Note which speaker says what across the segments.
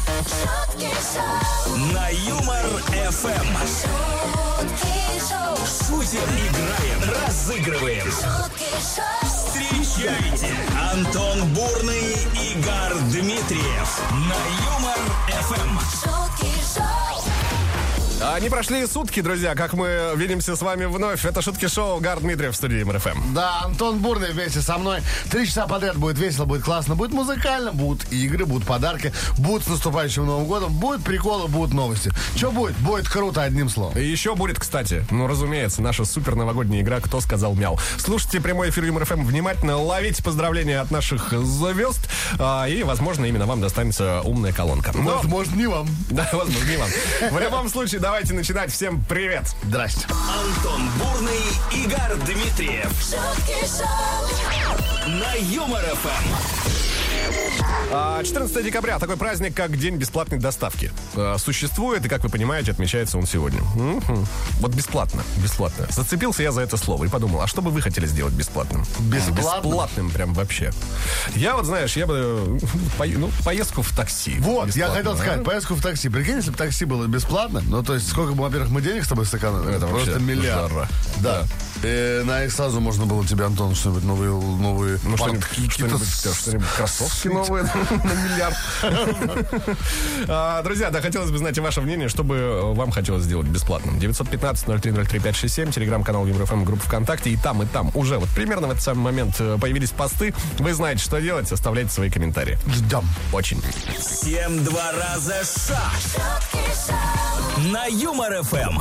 Speaker 1: Шутки шоу,
Speaker 2: На Юмор ФМ.
Speaker 1: шутки шоу,
Speaker 2: Шутим, играем, разыгрываем.
Speaker 1: шутки шоу,
Speaker 2: Встречайте Антон Бурный, Игорь Дмитриев на Юмор Эм. ФМ.
Speaker 1: шутки шоу,
Speaker 3: А, Не прошли и сутки, друзья, как мы видимся с вами вновь. Это шутки шоу Гар Дмитриев в студии МРФМ.
Speaker 4: Да, Антон Бурный вместе со мной. Три часа подряд будет весело, будет классно, будет музыкально, будут игры, будут подарки, будут с наступающим Новым годом, будут приколы, будут новости. Что будет? Будет круто, одним словом.
Speaker 3: И еще будет, кстати, ну, разумеется, наша супер новогодняя игра «Кто сказал мяу». Слушайте прямой эфир Юмор ФМ внимательно, ловите поздравления от наших звезд, а, и, возможно, именно вам достанется умная колонка. Но,
Speaker 4: Вот, может, не вам.
Speaker 3: да, возможно, не вам. В любом случае, давайте начинать. Всем привет!
Speaker 4: Здрасте.
Speaker 2: Антон Бурный, Игорь Дмитриев
Speaker 1: шутки шоу,
Speaker 2: на Юмор Эм. ФМ.
Speaker 3: А, 14 декабря, такой праздник, как День бесплатной доставки. А, Существует, и, как вы понимаете, отмечается он сегодня. Мгм. Вот бесплатно, бесплатно. Зацепился я за это слово и подумал, а что бы вы хотели сделать бесплатным?
Speaker 4: Бесплатно?
Speaker 3: Бесплатным прям вообще. Я вот, знаешь, я бы... э, по- ну, поездку в такси.
Speaker 4: Вот, я
Speaker 3: Бесплатно,
Speaker 4: хотел
Speaker 3: а?
Speaker 4: сказать, поездку в такси. Прикинь, если бы такси было бесплатно, ну, то есть, сколько бы, во-первых, мы денег с тобой сэкономили,
Speaker 3: Это вообще
Speaker 4: просто миллиард.
Speaker 3: жара.
Speaker 4: Да. И на их сразу можно было тебе, Антон, что-нибудь новые, новые
Speaker 3: Ну,
Speaker 4: пар-
Speaker 3: что-нибудь,
Speaker 4: какие-то
Speaker 3: что-нибудь, что-нибудь кроссовки новые на миллиард. А, Друзья, да, хотелось бы знать и ваше мнение, что бы э, вам хотелось сделать бесплатным. 915-0303-567, телеграм-канал ЮморФМ, группа ВКонтакте, и там, и там уже вот примерно в этот самый момент э, появились посты. Вы знаете, что делать, оставляйте свои комментарии.
Speaker 4: Ждем.
Speaker 3: Очень.
Speaker 2: Всем два раза ша
Speaker 1: шутки шоу,
Speaker 2: на Юмор Эм. ФМ.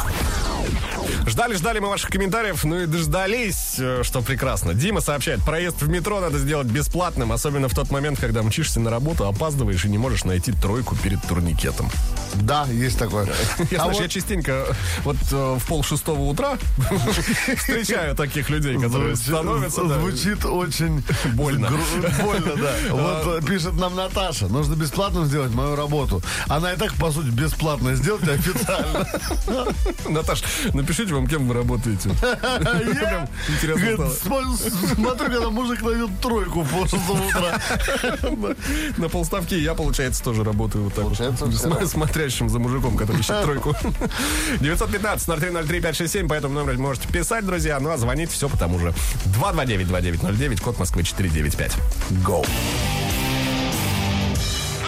Speaker 3: Ждали-ждали мы ваших комментариев, ну и дождались, э, что прекрасно. Дима сообщает, проезд в метро надо сделать бесплатным, особенно в тот момент, когда мчишься на работу, опаздываешь и не можешь найти тройку перед турникетом.
Speaker 4: Да, есть такое.
Speaker 3: Я,
Speaker 4: А
Speaker 3: знаешь,
Speaker 4: вот-
Speaker 3: я частенько вот э, в пол шестого утра встречаю таких людей, которые
Speaker 4: Звучит-
Speaker 3: становятся... да.
Speaker 4: Э, Звучит очень
Speaker 3: Больно.
Speaker 4: гру- больно, да. Вот э, пишет нам Наташа, нужно бесплатно сделать мою работу. Она и так, по сути, бесплатно сделать официально.
Speaker 3: Наташ, напишите вам, кем вы работаете.
Speaker 4: Я,
Speaker 3: интересно
Speaker 4: говорит, смо- Смотрю, когда мужик найдет тройку в полшестого утра.
Speaker 3: На полставки я, получается, тоже работаю вот так вот.
Speaker 4: Получается,
Speaker 3: См-
Speaker 4: всё.
Speaker 3: Смотрящим за мужиком, который ищет тройку. 915-0303-567, по этому номеру можете писать, друзья, ну а звонить все потому же. 229-2909, код Москвы 495.
Speaker 4: Go.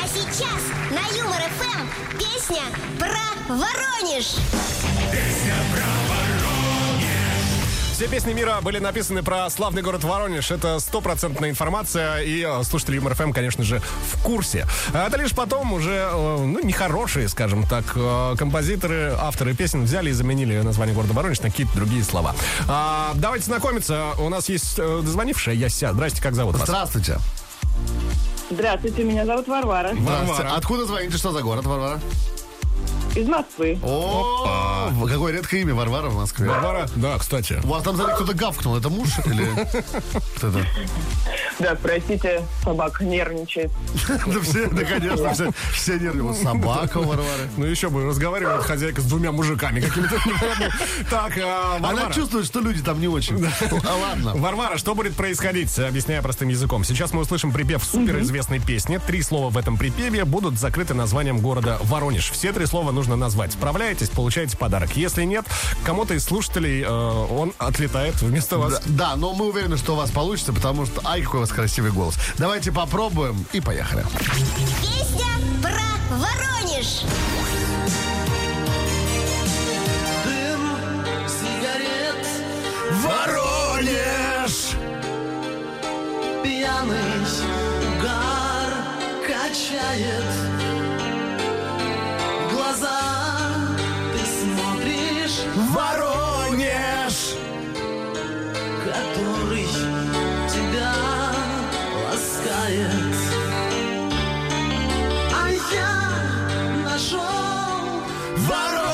Speaker 5: А сейчас на Юмор ФМ песня про Воронеж.
Speaker 3: Все песни мира были написаны про славный город Воронеж. Это стопроцентная информация, и э, слушатели Юмор ФМ, конечно же, в курсе. А Это лишь потом уже, э, ну, нехорошие, скажем так, э, композиторы, авторы песен взяли и заменили название города Воронеж на какие-то другие слова. А, Давайте знакомиться. У нас есть э, дозвонившая Яся. Здрасте, как зовут вас?
Speaker 4: Здравствуйте.
Speaker 6: Здравствуйте, меня зовут Варвара
Speaker 4: Здравствуйте.
Speaker 3: Варвара.
Speaker 4: Откуда звоните? Что за город, Варвара?
Speaker 6: из Москвы.
Speaker 4: О, какое редкое имя Варвара в Москве.
Speaker 3: Варвара? Да, кстати.
Speaker 4: У вас там сзади кто-то гавкнул. Это муж или кто это?
Speaker 6: Да, простите, собака нервничает.
Speaker 4: Да все, да, конечно, все, все нервы. Собака у Варвары.
Speaker 3: Ну еще бы, разговаривает хозяйка с двумя мужиками какими-то. Так, э,
Speaker 4: Она
Speaker 3: Варвара.
Speaker 4: чувствует, что люди там не очень. А ладно.
Speaker 3: Варвара, что будет происходить, объясняя простым языком? Сейчас мы услышим припев суперизвестной песни. Три слова в этом припеве будут закрыты названием города Воронеж. Все три слова нужно назвать. Справляетесь, получаете подарок. Если нет, кому-то из слушателей э, он отлетает вместо вас.
Speaker 4: Да, да, но мы уверены, что у вас получится, потому что, ай, какой у вас красивый голос. Давайте попробуем и поехали.
Speaker 5: Песня про Воронеж.
Speaker 3: Воронеж!
Speaker 7: пьяный угар качает В глаза. Ты смотришь,
Speaker 3: Воронеж!
Speaker 7: который тебя ласкает. А я нашел
Speaker 3: Воронеж!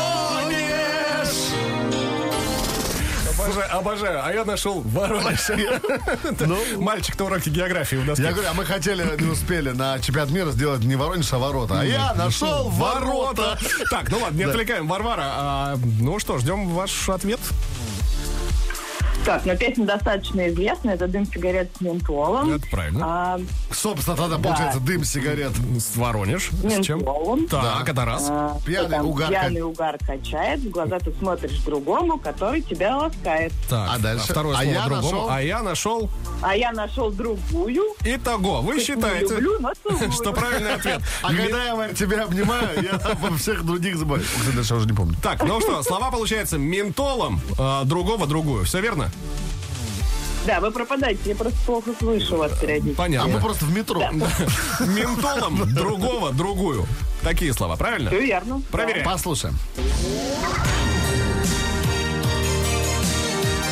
Speaker 3: Обожаю, обожаю. А я нашел Воронеж. Мальчик на уроке географии у нас.
Speaker 4: Ну. Я говорю, а мы хотели, не успели на чемпионат мира сделать не Воронеж, а ворота. А я нашел ворота.
Speaker 3: Так, ну ладно, не отвлекаем. Варвара, а, ну что, ждем ваш ответ.
Speaker 6: Так, но песня достаточно известна. Это «Дым сигарет с ментолом».
Speaker 3: Это правильно.
Speaker 6: А,
Speaker 4: Собственно, тогда получается дым сигарет.
Speaker 3: С Воронеж. С чем?
Speaker 4: ну,
Speaker 6: ментолом.
Speaker 3: Так, это раз.
Speaker 6: А, что
Speaker 4: Пьяный
Speaker 6: там?
Speaker 4: угар
Speaker 6: Пьяный угар качает, в глаза ты смотришь другому, который тебя ласкает.
Speaker 3: Так,
Speaker 4: А дальше?
Speaker 3: Второе
Speaker 4: А
Speaker 3: слово
Speaker 4: я
Speaker 3: другому.
Speaker 4: нашел?
Speaker 3: А я нашел.
Speaker 6: А я нашел другую.
Speaker 3: Итого, вы
Speaker 6: хоть не
Speaker 3: считаете,
Speaker 6: люблю, но целую.
Speaker 3: что правильный ответ.
Speaker 4: А когда я, Варь, тебя обнимаю, я обо всех других забываю. Ух ты, дальше я уже не помню.
Speaker 3: Так, ну что, слова получается ментолом, а, другого другую. Все верно?
Speaker 6: Да, вы пропадаете, я просто плохо слышу вас периодически.
Speaker 4: А мы
Speaker 3: Понятно.
Speaker 4: просто в метро.
Speaker 3: Ментолом другого другую. Такие слова, правильно?
Speaker 6: Все верно.
Speaker 3: Проверяем.
Speaker 4: Послушаем.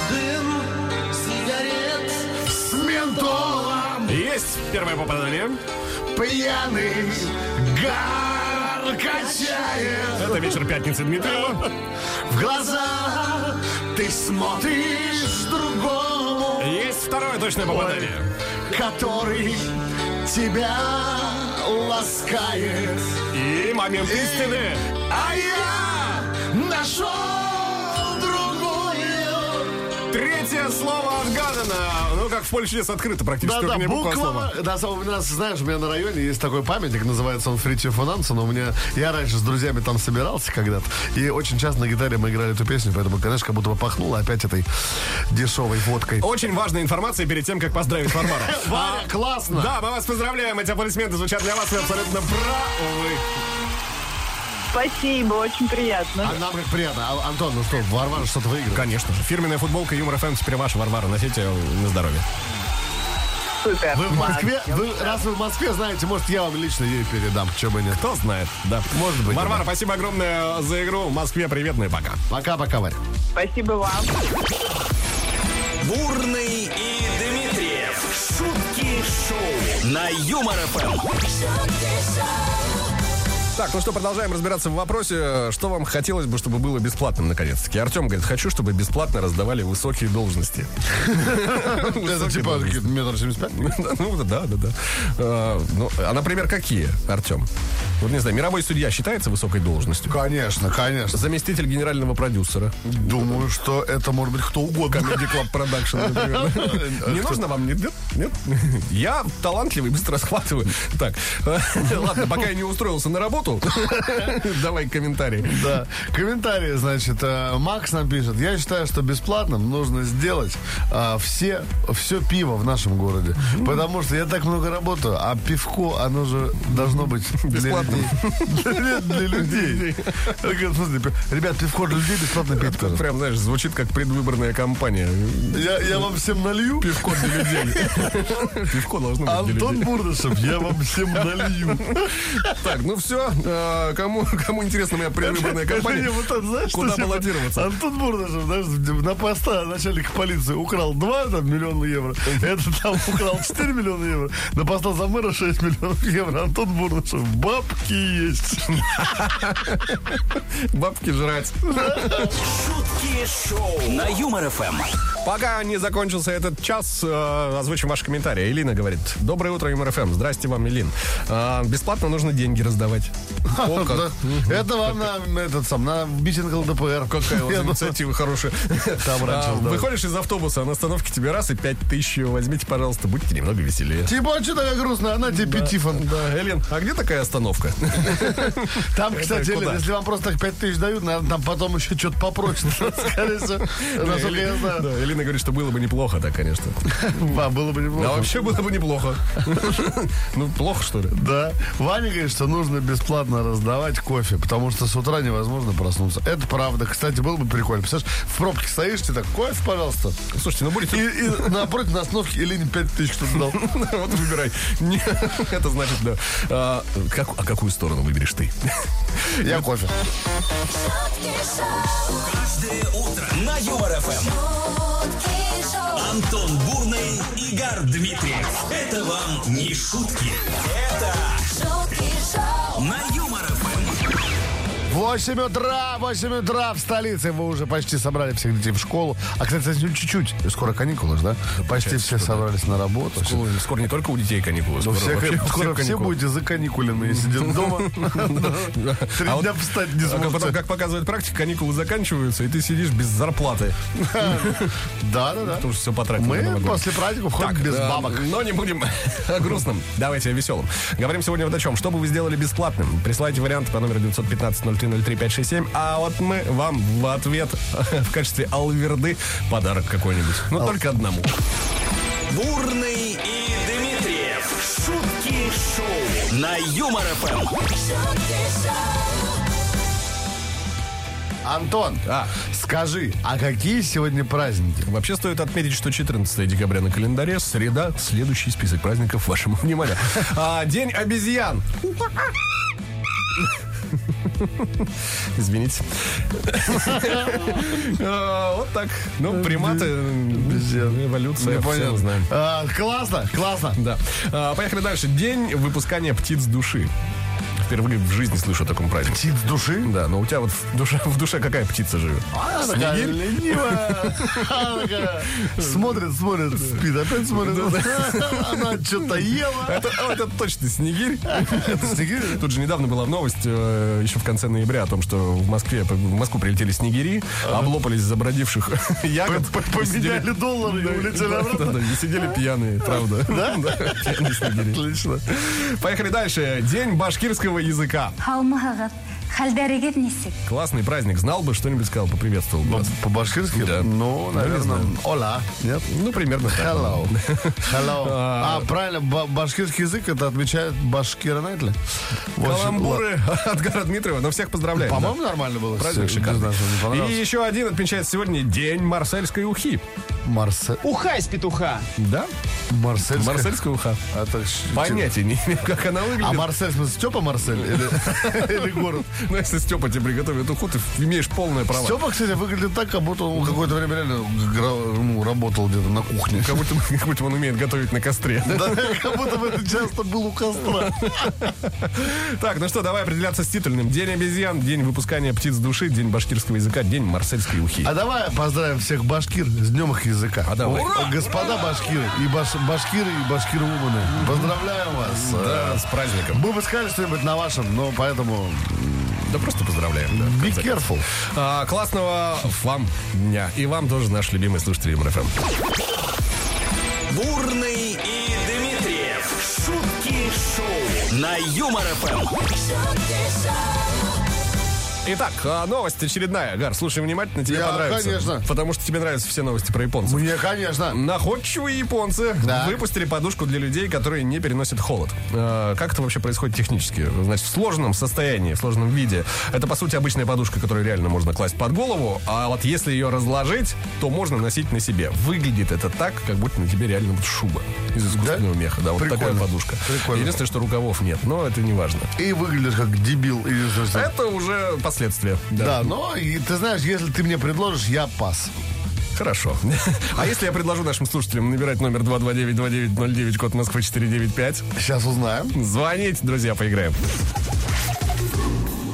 Speaker 7: Дым сигарет
Speaker 4: С ментолом
Speaker 3: Есть первое попадание.
Speaker 4: пьяный гар качает.
Speaker 3: Это вечер пятницы Дмитриева.
Speaker 4: В глаза ты смотришь другому,
Speaker 3: Есть второе точное попадание.
Speaker 4: который тебя ласкает.
Speaker 3: И момент истины.
Speaker 4: А я нашел другое.
Speaker 3: Третье слово отгадано. Ну, как в Польше лес открыто практически.
Speaker 4: Да,
Speaker 3: только
Speaker 4: да,
Speaker 3: не буква, а слово.
Speaker 4: буква. Да, сам- у нас, знаешь, у меня на районе есть такой памятник, называется он Фритьев Нансен. У меня, я раньше с друзьями там собирался когда-то, и очень часто на гитаре мы играли эту песню, поэтому, конечно, как будто бы пахнуло опять этой дешевой водкой.
Speaker 3: Очень важная информация перед тем, как поздравить Варвару. А
Speaker 4: Варя, классно!
Speaker 3: Да, мы вас поздравляем. Эти аплодисменты звучат для вас. Вы абсолютно правы.
Speaker 6: Спасибо, очень приятно.
Speaker 4: А нам как приятно. А, Антон, ну что, Варвара что-то выиграл.
Speaker 3: Конечно же. Фирменная футболка Юмор ФМ теперь ваша, Варвара. Носите на здоровье.
Speaker 6: Супер.
Speaker 4: Вы в Москве, вы, раз вы в Москве, знаете, может, я вам лично ей передам, чем бы нет.
Speaker 3: Кто знает, да.
Speaker 4: Может быть.
Speaker 3: Варвара,
Speaker 4: да.
Speaker 3: спасибо огромное за игру. В Москве привет, ну и пока.
Speaker 4: Пока-пока, Варя.
Speaker 6: Спасибо вам.
Speaker 2: Бурный и Дмитриев. Шутки шоу на Юмор Эм. ФМ.
Speaker 1: шутки шоу,
Speaker 3: Так, ну что, продолжаем разбираться в вопросе, что вам хотелось бы, чтобы было бесплатным, наконец-таки. Артем говорит, хочу, чтобы бесплатно раздавали высокие должности.
Speaker 4: Это типа какие-то метр семьдесят пять?
Speaker 3: Ну, да, да, да. Э, Ну, а, например, какие, Артем? Вот не знаю, мировой судья считается высокой должностью?
Speaker 4: Конечно, конечно.
Speaker 3: Заместитель генерального продюсера.
Speaker 4: Думаю, что это может быть кто угодно.
Speaker 3: Comedy Club Production, например. Не нужно вам? Нет? Нет? Нет? Я талантливый, быстро схватываю. Так, ладно, пока я не устроился на работу, давай комментарий.
Speaker 4: Да. Комментарии, значит, э, Макс нам пишет. Я считаю, что бесплатным нужно сделать э, все, все пиво в нашем городе. Потому что я так много работаю, а пивко, оно же должно быть для
Speaker 3: Бесплатным.
Speaker 4: людей. Для, для людей. Я говорю, в смысле, пи- Ребят, пивко для людей бесплатно пить тоже.
Speaker 3: Прям, знаешь, звучит как предвыборная кампания.
Speaker 4: Я, я вам всем налью.
Speaker 3: Пивко для людей. Пивко должно быть для
Speaker 4: Антон
Speaker 3: людей.
Speaker 4: Бурдышев, я вам всем налью.
Speaker 3: Так, ну все. Кому, кому интересна моя предвыборная кампания?
Speaker 4: Не, вот это, знаешь,
Speaker 3: Куда
Speaker 4: что, типа,
Speaker 3: баллотироваться?
Speaker 4: Антон Бурдышев, знаешь, на поста начальника полиции украл 2 там, миллиона евро. Это там украл 4 миллиона евро. На поста за мэра 6 миллионов евро. Антон Бурдышев, бабки есть.
Speaker 3: Бабки жрать.
Speaker 2: Шутки шоу на Юмор Эм. ФМ.
Speaker 3: Пока не закончился этот час, э, озвучим ваши комментарии. Илина говорит, доброе утро, МРФМ. Здрасте вам, Илин. Э, бесплатно нужно деньги раздавать. О, как.
Speaker 4: Это вам на этот сам, на митинг ЛДПР.
Speaker 3: Какая у вас инициатива хорошая.
Speaker 4: Там раньше
Speaker 3: А,
Speaker 4: раздавали.
Speaker 3: Выходишь из автобуса, а на остановке тебе раз и пять тысяч возьмите, пожалуйста, будьте немного веселее.
Speaker 4: Типа, а что такая грустная? Она тебе Тифон.
Speaker 3: Да, Элен, а где такая остановка?
Speaker 4: Там, кстати,
Speaker 3: куда?
Speaker 4: Лен, если вам просто так 5 тысяч дают, наверное, там потом еще что-то попросят. Скорее всего, насколько я знаю.
Speaker 3: Да, Элина говорит, что было бы неплохо, да, конечно.
Speaker 4: А, Было бы неплохо.
Speaker 3: А вообще было бы неплохо. Ну, плохо, что ли?
Speaker 4: Да. Ваня говорит, что нужно бесплатно раздавать кофе, потому что с утра невозможно проснуться. Это правда. Кстати, было бы прикольно. Представляешь, в пробке стоишь, ты так, кофе, пожалуйста.
Speaker 3: Слушайте, ну
Speaker 4: И,
Speaker 3: будете...
Speaker 4: и напротив на остановке Элине 5 тысяч кто-то дал.
Speaker 3: Вот выбирай. Не, Это значит, да. А как- а какую сторону выберешь ты?
Speaker 4: Я кофе.
Speaker 1: шутки шоу,
Speaker 2: Каждое утро на Юмор Эм. ФМ.
Speaker 1: шутки шоу,
Speaker 2: Антон Бурный, Игорь Дмитриев. Это вам не шутки. Это
Speaker 1: шутки шоу.
Speaker 2: на Юмор ФМ.
Speaker 4: 8 утра, 8 утра в столице. Вы уже почти собрали всех детей в школу. А, кстати, совсем чуть-чуть. Скоро каникулы же, да? Почти все собрались на работу.
Speaker 3: Скоро, Ну, скоро не только у детей каникулы,
Speaker 4: Ну,
Speaker 3: скоро
Speaker 4: всех-
Speaker 3: вообще у
Speaker 4: скоро
Speaker 3: всех
Speaker 4: все
Speaker 3: каникулы.
Speaker 4: будете заканикулены, сидим дома. Три
Speaker 3: А вот-
Speaker 4: дня встать не
Speaker 3: А как потом,
Speaker 4: сможете.
Speaker 3: как показывает практика, каникулы заканчиваются, и ты сидишь без зарплаты.
Speaker 4: Да, да, да.
Speaker 3: Потому что все потратили. на
Speaker 4: Мы
Speaker 3: Новый год.
Speaker 4: после праздников ходим
Speaker 3: Так,
Speaker 4: без
Speaker 3: э,
Speaker 4: бабок.
Speaker 3: Но не будем о грустном. Давайте о веселом. Говорим сегодня вот о чем. Что бы вы сделали бесплатным? Присылайте варианты по номеру 915-0303-567. А вот мы вам в ответ в качестве алверды подарок какой-нибудь. Но только одному.
Speaker 2: Бурный и Дмитриев. Шутки шоу на Юмор ФМ.
Speaker 1: шутки шоу,
Speaker 4: Антон,
Speaker 3: А.
Speaker 4: скажи, а какие сегодня праздники?
Speaker 3: Вообще стоит отметить, что 14 декабря на календаре, среда, следующий список праздников вашему вниманию. А, день обезьян. Извините. А, Вот так. Ну, приматы,
Speaker 4: Обезьян.
Speaker 3: эволюция, все мы
Speaker 4: Непонятно.
Speaker 3: знаем.
Speaker 4: А, Классно, классно.
Speaker 3: Да. А, Поехали дальше. День выпускания птиц души. Впервые в жизни слышу о таком празднике.
Speaker 4: Птиц души.
Speaker 3: Да, но у тебя вот в душе, в душе какая птица живет?
Speaker 4: Она такая
Speaker 3: Снегирь?
Speaker 4: ленивая. Она такая Смотрит, смотрит, спит, опять смотрит. Она что-то ела.
Speaker 3: Это, а, это точно снегирь.
Speaker 4: Это снегирь?
Speaker 3: Тут же недавно была новость э, еще в конце ноября о том, что в Москве в Москву прилетели снегири, облопались забродивших ягод.
Speaker 4: П-
Speaker 3: и сидели-
Speaker 4: Поменяли доллары и улетели
Speaker 3: Да, да,
Speaker 4: обратно.
Speaker 3: да, и сидели пьяные, правда. Да? Пьяные снегири.
Speaker 4: Отлично.
Speaker 3: Поехали дальше. День башкирского языка.
Speaker 8: Қалмағат, халдәрегер нисек?
Speaker 3: Классный праздник. Знал бы, что-нибудь сказал, поприветствовал
Speaker 4: Ну,
Speaker 3: бы. вас.
Speaker 4: По-башкирски?
Speaker 3: Да. Ну,
Speaker 4: Ну, наверное,
Speaker 3: не знаю.
Speaker 4: ола. Нет?
Speaker 3: Ну, примерно так.
Speaker 4: Hello. Hello. А, правильно, ба- башкирский язык это отмечает башкира Найтли. В общем,
Speaker 3: Каламбуры от Гора Дмитриева. Но всех
Speaker 4: ла-
Speaker 3: поздравляем.
Speaker 4: По-моему, нормально было.
Speaker 3: да. Праздник
Speaker 4: всё. Не
Speaker 3: шикарный.
Speaker 4: знаю, что мне
Speaker 3: И
Speaker 4: понравилось.
Speaker 3: еще один отмечает сегодня День марсельской ухи.
Speaker 4: Марсе-
Speaker 7: Уха из петуха.
Speaker 3: Да?
Speaker 4: Марсельская.
Speaker 3: Марсельская уха.
Speaker 4: А так ш-
Speaker 3: Понятия не имею, как она выглядит.
Speaker 4: А Марсель, в смысле, Степа Марсель или, или город?
Speaker 3: Ну, если Степа тебе приготовит уху, ты имеешь полное право.
Speaker 4: Степа, кстати, выглядит так, как будто он какое-то время реально гра- ну, работал где-то на кухне.
Speaker 3: Как будто, как будто он умеет готовить на костре.
Speaker 4: Да, как будто бы это часто был у костра.
Speaker 3: Так, ну что, давай определяться с титульным. День обезьян, день выпускания птиц души, день башкирского языка, день марсельской ухи.
Speaker 4: А давай поздравим всех башкир с днем их языка.
Speaker 3: А давай.
Speaker 4: О, Господа башкиры и баш- башкиры и башкир Поздравляем вас.
Speaker 3: Да, Э, с праздником.
Speaker 4: Мы бы сказали что-нибудь на вашем, но поэтому
Speaker 3: Да просто поздравляем. да, в
Speaker 4: be
Speaker 3: конце концов.
Speaker 4: careful.
Speaker 3: А, классного вам дня. И вам тоже, наш любимый слушатель МРФМ.
Speaker 2: Бурный и Дмитриев. Шутки шоу на Юмор ФМ.
Speaker 1: шутки шоу,
Speaker 3: Итак, а, новость очередная. Гар, слушай внимательно, тебе
Speaker 4: Я,
Speaker 3: понравится.
Speaker 4: конечно.
Speaker 3: Потому что тебе нравятся все новости про японцев.
Speaker 4: Мне, конечно.
Speaker 3: Находчивые японцы
Speaker 4: Да.
Speaker 3: выпустили подушку для людей, которые не переносят холод. Э, Как это вообще происходит технически? Значит, в сложном состоянии, в сложном виде. Это, по сути, обычная подушка, которую реально можно класть под голову, а вот если ее разложить, то можно носить на себе. Выглядит это так, как будто на тебе реально вот шуба из искусственного
Speaker 4: Да?
Speaker 3: меха. Да, вот
Speaker 4: Прикольно.
Speaker 3: такая подушка.
Speaker 4: Прикольно.
Speaker 3: Единственное, что рукавов нет, но это не важно.
Speaker 4: И выглядишь как дебил. или что-то.
Speaker 3: Это уже последствия.
Speaker 4: Да, но и ты знаешь, если ты мне предложишь, я пас.
Speaker 3: Хорошо. А если я предложу нашим слушателям набирать номер 229-2909, код Москвы 495,
Speaker 4: Сейчас узнаем.
Speaker 3: звонить, друзья, поиграем.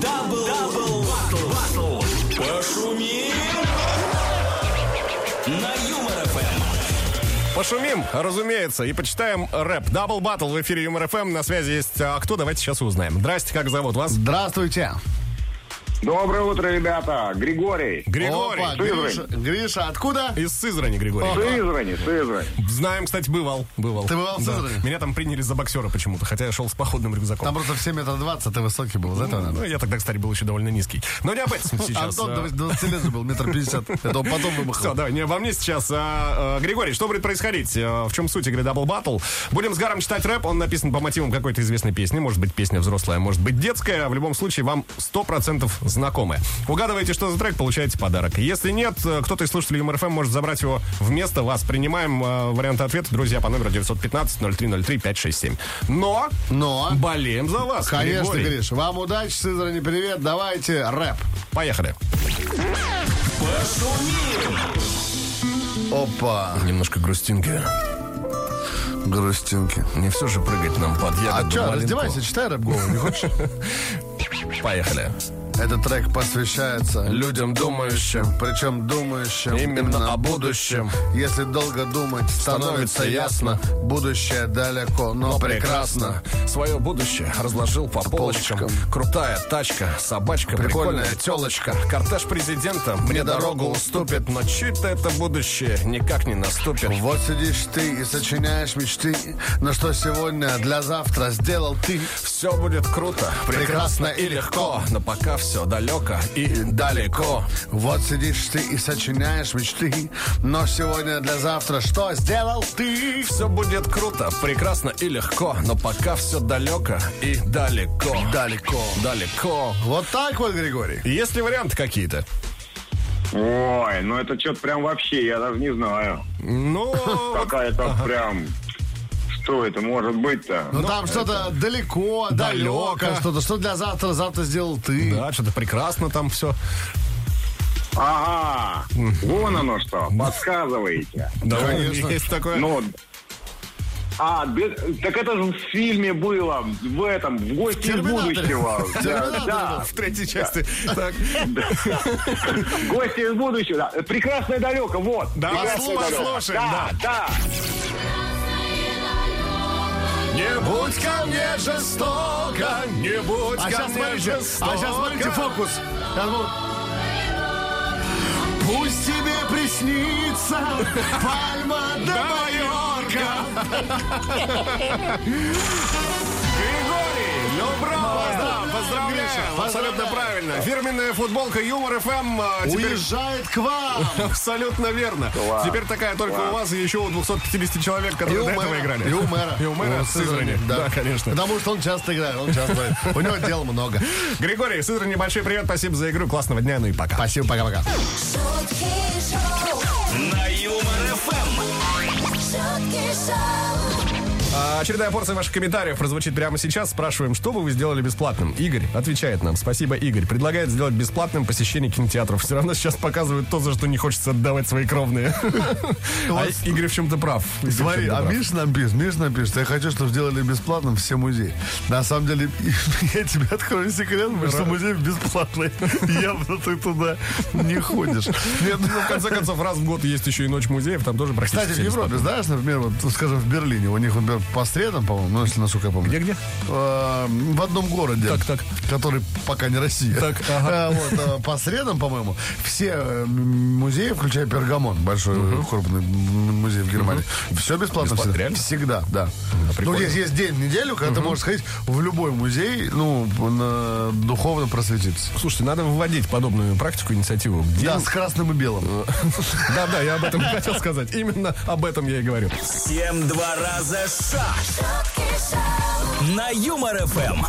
Speaker 2: Дабл, дабл, батл, батл. Пошумим. На Юмор ФМ.
Speaker 3: Пошумим, разумеется, и почитаем рэп. Дабл Баттл в эфире Юмор ФМ. На связи есть а, кто? Давайте сейчас узнаем. Здрасте, как зовут вас?
Speaker 4: Здравствуйте.
Speaker 9: Доброе утро, ребята. Григорий.
Speaker 3: Григорий.
Speaker 4: Опа, Гриша, Гриша, откуда?
Speaker 3: Из Сызрани, Григорий.
Speaker 9: Сызрани, Сызрани.
Speaker 3: Знаем, кстати, бывал. Бывал.
Speaker 4: Ты бывал в
Speaker 3: Да.
Speaker 4: Сызрани?
Speaker 3: Меня там приняли за боксера почему-то, хотя я шел с походным рюкзаком.
Speaker 4: Там просто все метра двадцать, ты высокий был, из-за этого
Speaker 3: Ну,
Speaker 4: надо.
Speaker 3: я тогда, кстати, был еще довольно низкий. Но не об этом сейчас.
Speaker 4: Антон
Speaker 3: А,
Speaker 4: 20 лет же был, метр пятьдесят. Это он потом
Speaker 3: Все,
Speaker 4: вымахал.
Speaker 3: давай, не обо мне сейчас. А, а, Григорий, что будет происходить? А, в чем суть игры Double Battle? Будем с Гаром читать рэп. Он написан по мотивам какой-то известной песни. Может быть, песня взрослая, может быть, детская. а В любом случае, вам 100% знакомая. Угадываете, что за трек, получаете подарок. Если нет, э, кто-то из слушателей МРФМ может забрать его вместо вас. Принимаем э, варианты ответа, друзья, по номеру 915-0303-567. Но
Speaker 4: Но,
Speaker 3: болеем за вас,
Speaker 4: конечно,
Speaker 3: Григорий.
Speaker 4: Гриш, вам удачи, Сызрани, привет, давайте рэп.
Speaker 3: Поехали.
Speaker 4: Опа,
Speaker 3: Немножко грустинки.
Speaker 4: грустинки.
Speaker 3: Не все же прыгать нам под ягоду
Speaker 4: А что,
Speaker 3: малинку.
Speaker 4: раздевайся, читай рэп голову, не хочешь?
Speaker 3: Поехали.
Speaker 4: Этот трек посвящается людям думающим, причем думающим
Speaker 3: Именно о будущем.
Speaker 4: Если долго думать, становится
Speaker 3: Становится
Speaker 4: ясно, будущее далеко, но прекрасно.
Speaker 3: Свое будущее разложил по полочкам.
Speaker 4: полочкам.
Speaker 3: Крутая тачка, собачка,
Speaker 4: Прикольная
Speaker 3: прикольная, телочка. Кортеж президента мне дорогу уступит, но чьи-то это будущее никак не наступит.
Speaker 4: Вот сидишь ты и сочиняешь мечты, но что сегодня для завтра сделал ты?
Speaker 3: Все будет круто, прекрасно и легко, но пока все далеко и далеко.
Speaker 4: Вот сидишь ты и сочиняешь мечты, но сегодня для завтра что сделал ты?
Speaker 3: Все будет круто, прекрасно и легко, но пока все далеко и далеко.
Speaker 4: Далеко.
Speaker 3: Далеко.
Speaker 4: Вот так вот, Григорий.
Speaker 3: Есть ли варианты какие-то?
Speaker 9: Ой, ну это что-то прям вообще, я даже не знаю.
Speaker 3: Ну, вот
Speaker 9: Какая-то прям... Что это может быть-то?
Speaker 4: Ну, там что-то далеко, далеко,
Speaker 3: Далеко.
Speaker 4: что-то. Что для завтра, завтра сделал ты?
Speaker 3: да, что-то прекрасно там все.
Speaker 9: Ага, вон оно что, подсказываете.
Speaker 3: Да,
Speaker 4: Конечно.
Speaker 3: есть такое.
Speaker 9: Ну, а, бе- так это же в фильме было, в этом, в гости из
Speaker 4: «Терминаторе».
Speaker 9: будущего. Да, да.
Speaker 3: в третьей части. Так,
Speaker 9: Гости из будущего. да. Прекрасное далеко, вот.
Speaker 3: Да,
Speaker 9: Прекрасное
Speaker 3: послу-
Speaker 9: далеко.
Speaker 3: послушаем,
Speaker 9: Да, да.
Speaker 3: Не будь ко мне жестоко, не будь
Speaker 4: А
Speaker 3: ко
Speaker 4: сейчас
Speaker 3: мне
Speaker 4: смотрите,
Speaker 3: жестоко.
Speaker 4: а сейчас смотрите фокус. Сейчас будет. Пусть тебе приснится пальма да
Speaker 3: Майорка! Григорий, ну браво! Да, поздравляю!
Speaker 4: Гриша,
Speaker 3: Абсолютно
Speaker 4: поздравляю.
Speaker 3: правильно. Фирменная футболка Юмор ФМ а, теперь
Speaker 4: Уезжает к вам.
Speaker 3: Абсолютно верно. Теперь такая только у вас и еще у 250 человек, которые до этого играли.
Speaker 4: И у мэра.
Speaker 3: И у мэра в Сызрани. Да, конечно.
Speaker 4: Потому что он часто играет, он часто играет. У него дел много.
Speaker 3: Григорий, Сызрани, большой привет, спасибо за игру, классного дня, ну и пока.
Speaker 4: Спасибо, пока-пока.
Speaker 1: шутки шоу,
Speaker 2: На Юмор ФМ.
Speaker 1: шутки шоу,
Speaker 3: А, очередная порция ваших комментариев прозвучит прямо сейчас. Спрашиваем, что бы вы сделали бесплатным? Игорь отвечает нам. Спасибо, Игорь. Предлагает сделать бесплатным посещение кинотеатров. Все равно сейчас показывают то, за что не хочется отдавать свои кровные. А Игорь в чем-то прав. Игорь в
Speaker 4: Смотри,
Speaker 3: чём-то
Speaker 4: а
Speaker 3: прав.
Speaker 4: Миша нам пишет, Миша нам пишет, я хочу, чтобы сделали бесплатным все музеи. На самом деле, я тебе открою секрет, потому что музей бесплатный. Явно ты туда не ходишь. Нет, ну,
Speaker 3: В конце концов, раз в год есть еще и ночь музеев, там тоже практически
Speaker 4: Кстати, в
Speaker 3: все
Speaker 4: Европе,
Speaker 3: бесплатно.
Speaker 4: знаешь, например, вот, скажем, в Берлине, у них, например, по средам, по-моему, ну, если насколько я помню.
Speaker 3: Где-где?
Speaker 4: Э, В одном городе.
Speaker 3: Так, так.
Speaker 4: Который пока не Россия.
Speaker 3: Так, ага.
Speaker 4: Э, Вот, э, по средам, по-моему, все э, м- музеи, включая Пергамон, большой э, крупный м- музей в Германии, все бесплатно.
Speaker 3: Бесплатно,
Speaker 4: всегда.
Speaker 3: реально? А
Speaker 4: Всегда, да. Ну,
Speaker 3: прикольно.
Speaker 4: здесь есть день в неделю, когда ты можешь сходить в любой музей, ну, на- духовно просветиться.
Speaker 3: Слушайте, надо вводить подобную практику, инициативу. Где-
Speaker 4: Да, с красным и белым.
Speaker 3: Э, Да-да, я об этом и хотел сказать. Именно об этом я и говорю.
Speaker 2: Всем два раза ша.
Speaker 1: шутки шоу,
Speaker 2: На Юмор ФМ.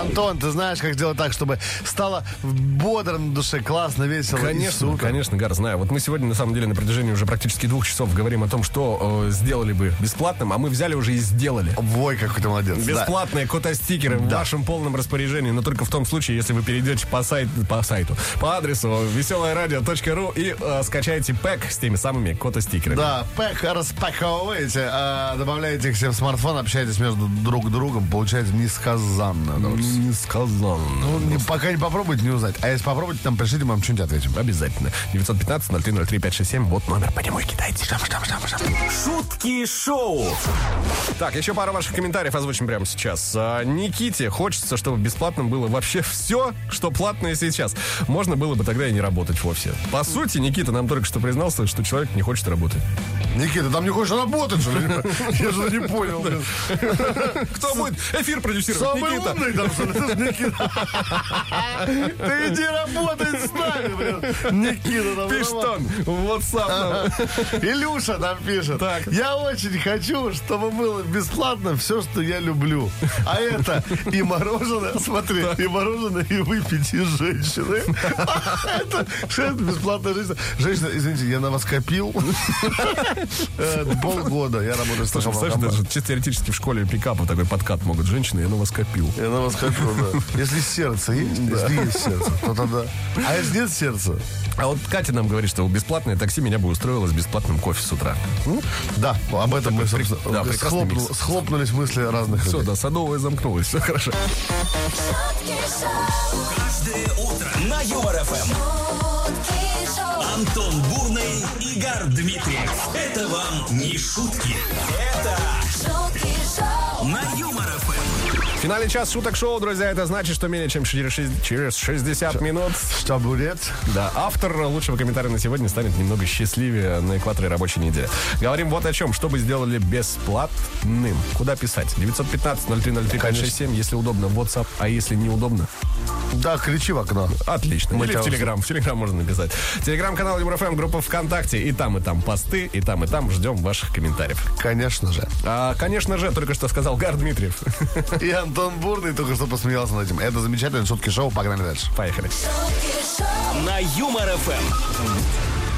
Speaker 4: Антон, ты знаешь, как сделать так, чтобы стало бодро на душе, классно, весело и
Speaker 3: Конечно,
Speaker 4: супер?
Speaker 3: конечно, Гар, знаю. Вот мы сегодня, на самом деле, на протяжении уже практически двух часов говорим о том, что э, сделали бы бесплатным, а мы взяли уже и сделали.
Speaker 4: Вой, какой ты молодец.
Speaker 3: Бесплатные кота-стикеры в вашем полном распоряжении, но только в том случае, если вы перейдете по сайту, по сайту, по адресу веселорадио.ру и э, скачаете пэк с теми самыми кота-стикерами.
Speaker 4: Да, да пэк распаковываете, а, добавляете их себе в смартфон, общаетесь между друг другом, получается несказанно. удовольствие.
Speaker 3: Несказанно.
Speaker 4: Ну, не- пока не попробуйте, не узнать. А если попробуйте, там пришлите, мы вам что-нибудь ответим.
Speaker 3: Обязательно. 915-0303-567. Вот номер. По нему и кидайте.
Speaker 2: Шутки шоу.
Speaker 3: Так, еще пара ваших комментариев озвучим прямо сейчас. А, Никите хочется, чтобы бесплатным было вообще все, что платное сейчас. Можно было бы тогда и не работать вовсе. По сути, Никита нам только что признался, что человек не хочет работать.
Speaker 4: Никита, там не хочешь работать, что ли? Я же не понял. блин.
Speaker 3: Кто будет эфир продюсировать?
Speaker 4: Самый
Speaker 3: Никита.
Speaker 4: умный там, что ли? Ты ж Никита. Ты иди работай с нами, блин. Никита там.
Speaker 3: Пишет
Speaker 4: работает.
Speaker 3: он в WhatsApp. нам.
Speaker 4: Илюша нам пишет.
Speaker 3: Так.
Speaker 4: Я очень хочу, чтобы было бесплатно все, что я люблю. А это и мороженое, смотри, и мороженое, и выпить, и женщины. Это что это бесплатная жизнь. Женщина, извините, я на вас копил. Э, Полгода я работаю с
Speaker 3: Слушай,
Speaker 4: таком
Speaker 3: представляешь, даже чисто теоретически в школе пикапа такой подкат могут женщины, я на вас копил.
Speaker 4: Я на вас хочу, да. Если сердце есть, если есть сердце, то тогда. А если нет сердца,
Speaker 3: А вот Катя нам говорит, что бесплатное такси меня бы устроило с бесплатным кофе с утра. Ну,
Speaker 4: да, об этом мы,
Speaker 3: такой
Speaker 4: собственно,
Speaker 3: прек- да, прекрасный
Speaker 4: схлопнул-
Speaker 3: микс.
Speaker 4: схлопнулись мысли разных
Speaker 3: Все,
Speaker 4: людей.
Speaker 3: да, садовая замкнулась, все хорошо.
Speaker 1: Шутки шоу.
Speaker 2: Каждое утро на Юмор ФМ.
Speaker 1: Шутки шоу.
Speaker 2: Антон Бурный, Игорь Дмитриев. Это вам не шутки. Это
Speaker 1: Шутки шоу.
Speaker 2: на Юмор ФМ.
Speaker 3: В финале час шуток шоу, друзья, это значит, что менее чем через шесть- через 60 минут
Speaker 4: Штабурет.
Speaker 3: Да, автор лучшего комментария на сегодня станет немного счастливее на экваторе рабочей недели. Говорим вот о чем. Что бы сделали бесплатным? Куда писать? 915-0303-567, если удобно, в WhatsApp, а если неудобно,
Speaker 4: Да, кричи в окно.
Speaker 3: отлично.
Speaker 4: Мы
Speaker 3: Или в
Speaker 4: тебя
Speaker 3: Телеграм. В Телеграм можно написать. Телеграм-канал ЮморФМ, группа ВКонтакте. И там, и там посты, и там, и там ждем ваших комментариев.
Speaker 4: Конечно же.
Speaker 3: А, конечно же, только что сказал Гар Дмитриев.
Speaker 4: И Антон Бурный только что посмеялся над этим. Это замечательно, шутки шоу, погнали дальше.
Speaker 3: Поехали.
Speaker 1: Шутки шоу.
Speaker 2: На Юмор ФМ.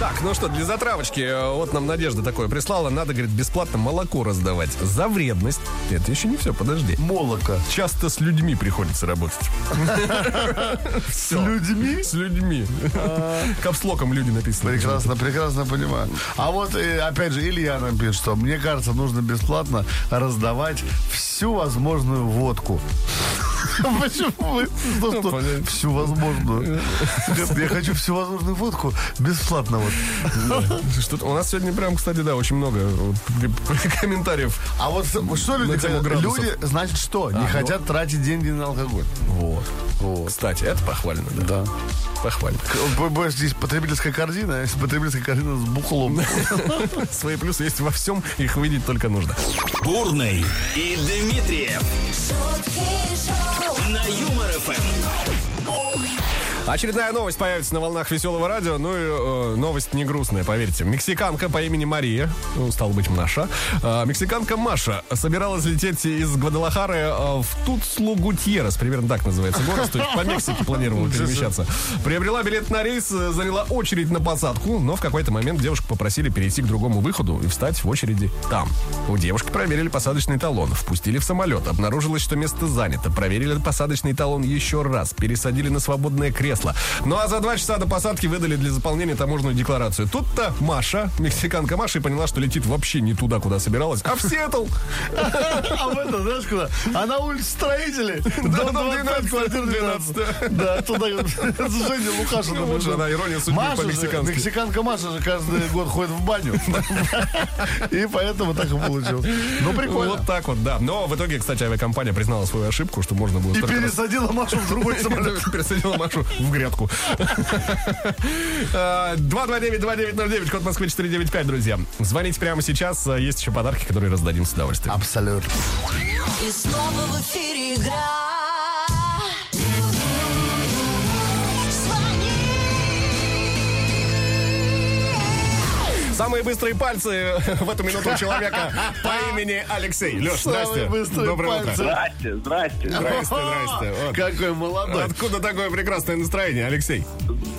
Speaker 3: Так, ну что, для затравочки, э, вот нам Надежда такое прислала. Надо, говорит, бесплатно молоко раздавать. За вредность. Это еще не все, подожди.
Speaker 4: Молоко.
Speaker 3: Часто с людьми приходится работать. С
Speaker 4: людьми?
Speaker 3: С людьми. Капслоком люди написаны.
Speaker 4: Прекрасно, прекрасно понимаю. А вот, э, опять же, Илья нам пишет, что мне кажется, нужно бесплатно раздавать всю возможную водку. Почему? вы? Ну, что,
Speaker 3: понятно.
Speaker 4: всю возможную. Нет, я хочу всю возможную водку бесплатно. Вот.
Speaker 3: Что-то у нас сегодня прям, кстати, да, очень много э, к- комментариев.
Speaker 4: А вот с- что люди
Speaker 3: На тему
Speaker 4: хотят?
Speaker 3: градусов.
Speaker 4: Люди, значит, что? Не
Speaker 3: ну.
Speaker 4: хотят тратить деньги на алкоголь.
Speaker 3: Вот. Кстати, это похвально, да.
Speaker 4: Да.
Speaker 3: Похвально.
Speaker 4: Здесь потребительская корзина, а есть потребительская корзина с бухлом.
Speaker 3: Свои плюсы есть во всем, их видеть только нужно.
Speaker 2: Бурный и Дмитриев.
Speaker 1: Шутки шоу.
Speaker 2: На Юмор ФМ.
Speaker 3: Очередная новость появится на волнах веселого радио. Ну и э, новость не грустная, поверьте. Мексиканка по имени Мария, ну, стал быть, Маша. э, мексиканка Маша собиралась лететь из Гвадалахары э, в Тутслу Гутьеррес, примерно так называется город, то есть по Мексике планировала перемещаться. Приобрела билет на рейс, э, заняла очередь на посадку, но в какой-то момент девушку попросили перейти к другому выходу и встать в очереди там. У девушки проверили посадочный талон, впустили в самолет, обнаружилось, что место занято, проверили посадочный талон еще раз, пересадили на свободное кресло. Ну а за два часа до посадки выдали для заполнения таможенную декларацию. Тут-то Маша, мексиканка Маша, и поняла, что летит вообще не туда, куда собиралась, а в Сиэтл.
Speaker 4: А в это, знаешь, куда? А на улице строители.
Speaker 3: Да,
Speaker 4: Дом
Speaker 3: дом
Speaker 4: 12,
Speaker 3: 12,
Speaker 4: квартира 12. Да, туда вот, с Женей Лукашиным.
Speaker 3: Ну, вот же она, ирония судьбы
Speaker 4: Маша же,
Speaker 3: по-мексикански.
Speaker 4: Мексиканка Маша же каждый год ходит в баню. И поэтому так и получилось. Ну,
Speaker 3: Вот
Speaker 4: прикольно.
Speaker 3: так вот, да. Но в итоге, кстати, авиакомпания признала свою ошибку, что можно было
Speaker 4: И
Speaker 3: только раз-
Speaker 4: пересадила Машу в другой самолет.
Speaker 3: Пересадила Машу в грядку. Э, 229-2909, код Москвы 495, друзья. Звоните прямо сейчас, э, есть еще подарки, которые раздадим с удовольствием.
Speaker 4: Абсолютно.
Speaker 1: И снова в эфире игра. Звони.
Speaker 3: А Самые быстрые пальцы в эту минуту у человека по имени Алексей. Леш,
Speaker 4: Самые
Speaker 3: здрасте.
Speaker 4: быстрые
Speaker 3: Доброе утро.
Speaker 4: пальцы.
Speaker 9: Здрасте, здрасте, здрасте.
Speaker 3: Здрасте, здрасте. Вот.
Speaker 4: Какой молодой.
Speaker 3: Откуда такое прекрасное настроение, Алексей?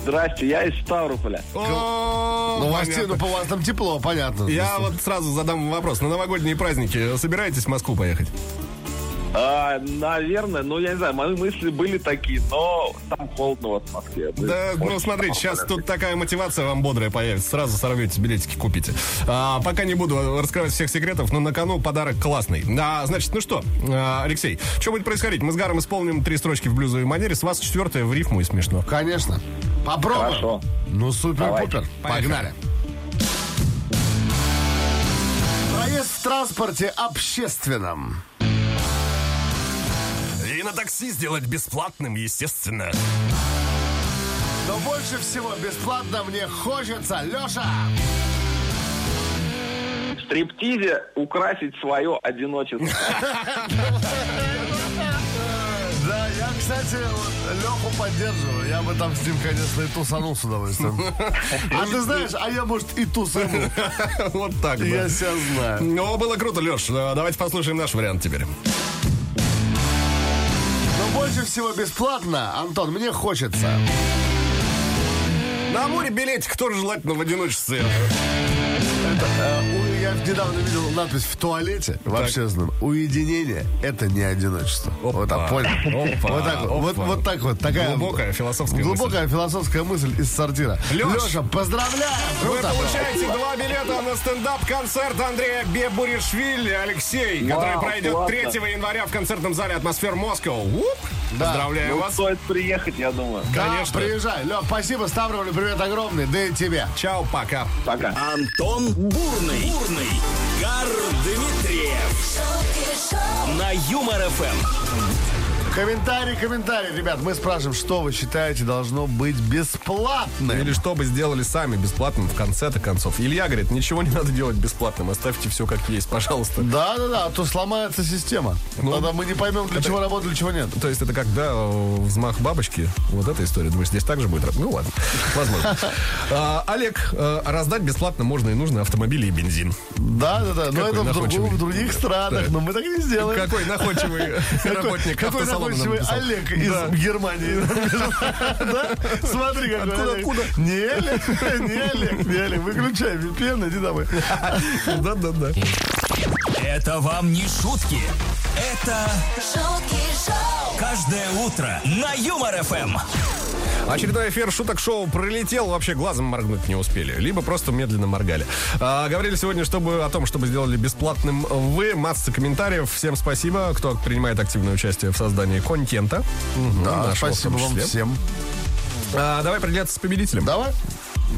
Speaker 9: Здрасте, я из Ставрополя.
Speaker 3: О,
Speaker 4: Ну, у вас, те-
Speaker 3: понятно.
Speaker 4: ну, по вас там тепло, понятно.
Speaker 3: Я вот сразу задам вам вопрос. На новогодние праздники собираетесь в Москву поехать?
Speaker 9: А, наверное, ну я не знаю, мои мысли были такие, но там холодно вот в Москве.
Speaker 3: Да, ну
Speaker 9: Очень
Speaker 3: смотрите,
Speaker 9: холодно.
Speaker 3: сейчас тут такая мотивация вам бодрая появится. Сразу сорвете билетики, купите. А, пока не буду раскрывать всех секретов, но на кону подарок классный. А, значит, ну что, а, Алексей, что будет происходить? Мы с Гаром исполним три строчки в блюзовой манере, с вас четвертая в рифму и смешно.
Speaker 4: Конечно. Попробуем.
Speaker 9: Хорошо.
Speaker 4: Ну, супер-пупер. Погнали. Проезд в транспорте общественном.
Speaker 3: И на такси сделать бесплатным, естественно.
Speaker 4: Но больше всего бесплатно мне хочется, Леша.
Speaker 9: В стриптизе украсить свое одиночество.
Speaker 4: Да, я, кстати, Леху поддерживаю. Я бы там с ним, конечно, и тусанул с удовольствием. А ты знаешь, а я, может, и тусану.
Speaker 3: Вот так, да.
Speaker 4: Я себя знаю.
Speaker 3: Ну, было круто, Леш. Давайте послушаем наш вариант теперь.
Speaker 4: Но больше всего бесплатно, Антон, мне хочется.
Speaker 3: На море билетик тоже желательно в одиночестве.
Speaker 4: Э, недавно видел надпись в туалете в общественном. Уединение – это не одиночество. Вот так, понял?
Speaker 3: Опа,
Speaker 4: вот, так вот,
Speaker 3: опа.
Speaker 4: вот, вот так вот. Такая
Speaker 3: Глубокая философская
Speaker 4: глубокая философская мысль из сортира.
Speaker 3: Лёш!
Speaker 4: Леша, поздравляю!
Speaker 9: Ну
Speaker 3: Вы получаете два билета на стендап-концерт Андрея Бебуришвили, Алексей, который
Speaker 9: Вау,
Speaker 3: пройдет
Speaker 9: классно.
Speaker 3: 3 января в концертном зале «Атмосфер Москва». Уп! Поздравляю
Speaker 9: Ну,
Speaker 3: вас.
Speaker 9: стоит приехать, я думаю.
Speaker 4: Конечно.
Speaker 3: Конечно.
Speaker 4: приезжай. Лех, спасибо, Ставрополь, привет огромный. Да и тебе.
Speaker 3: Чао, пока.
Speaker 9: Пока.
Speaker 2: Антон Бурный. Бурный. Гар Дмитриев.
Speaker 1: шутки шоу,
Speaker 2: На Юмор ФМ.
Speaker 4: Комментарий, комментарий, ребят. Мы спрашиваем, что вы считаете должно быть бесплатным?
Speaker 3: Или что бы сделали сами бесплатным в конце-то концов. Илья говорит, ничего не надо делать бесплатным, оставьте все как есть, пожалуйста.
Speaker 4: Да, да, да, а то сломается система.
Speaker 3: Ну,
Speaker 4: Тогда мы не поймем, для чего работа, для чего нет.
Speaker 3: То есть это когда э, взмах бабочки, вот эта история, думаешь, здесь также будет? раб- Ну ладно, возможно. А, Олег, э, раздать бесплатно можно и нужно автомобили и бензин.
Speaker 4: Да, да, да.
Speaker 3: Какой
Speaker 4: Но это в, другом-
Speaker 3: находчивый.
Speaker 4: в других странах,
Speaker 3: Да.
Speaker 4: но мы так не сделаем.
Speaker 3: Какой находчивый
Speaker 4: Какой-
Speaker 3: работник
Speaker 4: какой
Speaker 3: автосалона нам
Speaker 4: находчивый
Speaker 3: написал.
Speaker 4: Олег из
Speaker 3: Да.
Speaker 4: Германии. Да? Смотри, какой
Speaker 3: Откуда,
Speaker 4: Олег.
Speaker 3: откуда?
Speaker 4: Не Олег, не Олег, не Олег. Выключай VPN, иди домой.
Speaker 3: Да-да-да.
Speaker 2: Это вам не шутки. Это
Speaker 1: шутки шоу,
Speaker 2: каждое утро на Юмор ФМ.
Speaker 3: Очередной эфир шуток-шоу пролетел, вообще глазом моргнуть не успели, либо просто медленно моргали. А, говорили сегодня чтобы, о том, чтобы сделали бесплатным вы. Масса комментариев. Всем спасибо, кто принимает активное участие в создании контента. Мгм, нашего
Speaker 4: Да,
Speaker 3: в
Speaker 4: спасибо
Speaker 3: том
Speaker 4: вам
Speaker 3: числе.
Speaker 4: всем.
Speaker 3: А, давай определяться с победителем.
Speaker 4: Давай.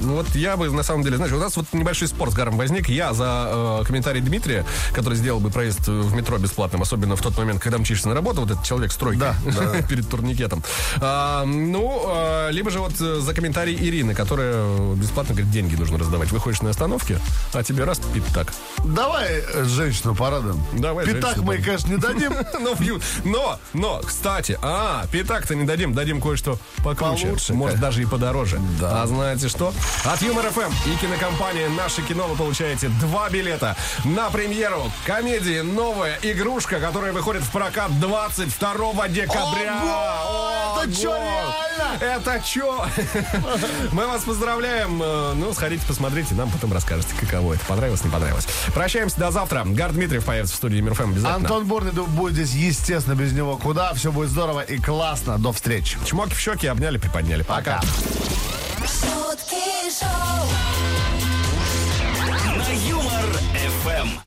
Speaker 3: Ну, Вот я бы, на самом деле, знаешь, у нас вот небольшой спор с Гаром возник. Я за э, комментарий Дмитрия, который сделал бы проезд э, в метро бесплатным, особенно в тот момент, когда мчишься на работу, вот этот человек с тройкой
Speaker 4: Да, да.
Speaker 3: перед турникетом. А, ну, э, либо же вот э, за комментарий Ирины, которая бесплатно говорит, деньги нужно раздавать. Выходишь на остановке, а тебе раз пит так.
Speaker 4: Давай э, женщину порадуем.
Speaker 3: Давай
Speaker 4: Пятак
Speaker 3: женщину
Speaker 4: мы, ей, конечно, не дадим.
Speaker 3: Но, в ю- Ну, но, но, кстати, а, пятак-то не дадим, дадим кое-что покруче.
Speaker 4: Получше,
Speaker 3: Может,
Speaker 4: конечно.
Speaker 3: даже и подороже. А знаете что? От Юмор ФМ и кинокомпании «Наше кино» вы получаете два билета на премьеру комедии «Новая игрушка», которая выходит в прокат 22 декабря.
Speaker 4: Ого! Это чё,
Speaker 3: Ого!
Speaker 4: реально?
Speaker 3: Это чё? Мы вас поздравляем. Э, Ну, сходите, посмотрите, нам потом расскажете, каково это. Понравилось, не понравилось. Прощаемся до завтра. Гар Дмитриев появится в студии Мирфэм обязательно.
Speaker 4: Антон Бурный будет здесь, естественно, без него куда. Все будет здорово и классно. До встречи.
Speaker 3: Чмоки в щеки обняли, приподняли. Пока.
Speaker 1: шутки шоу.
Speaker 2: На Юмор ФМ.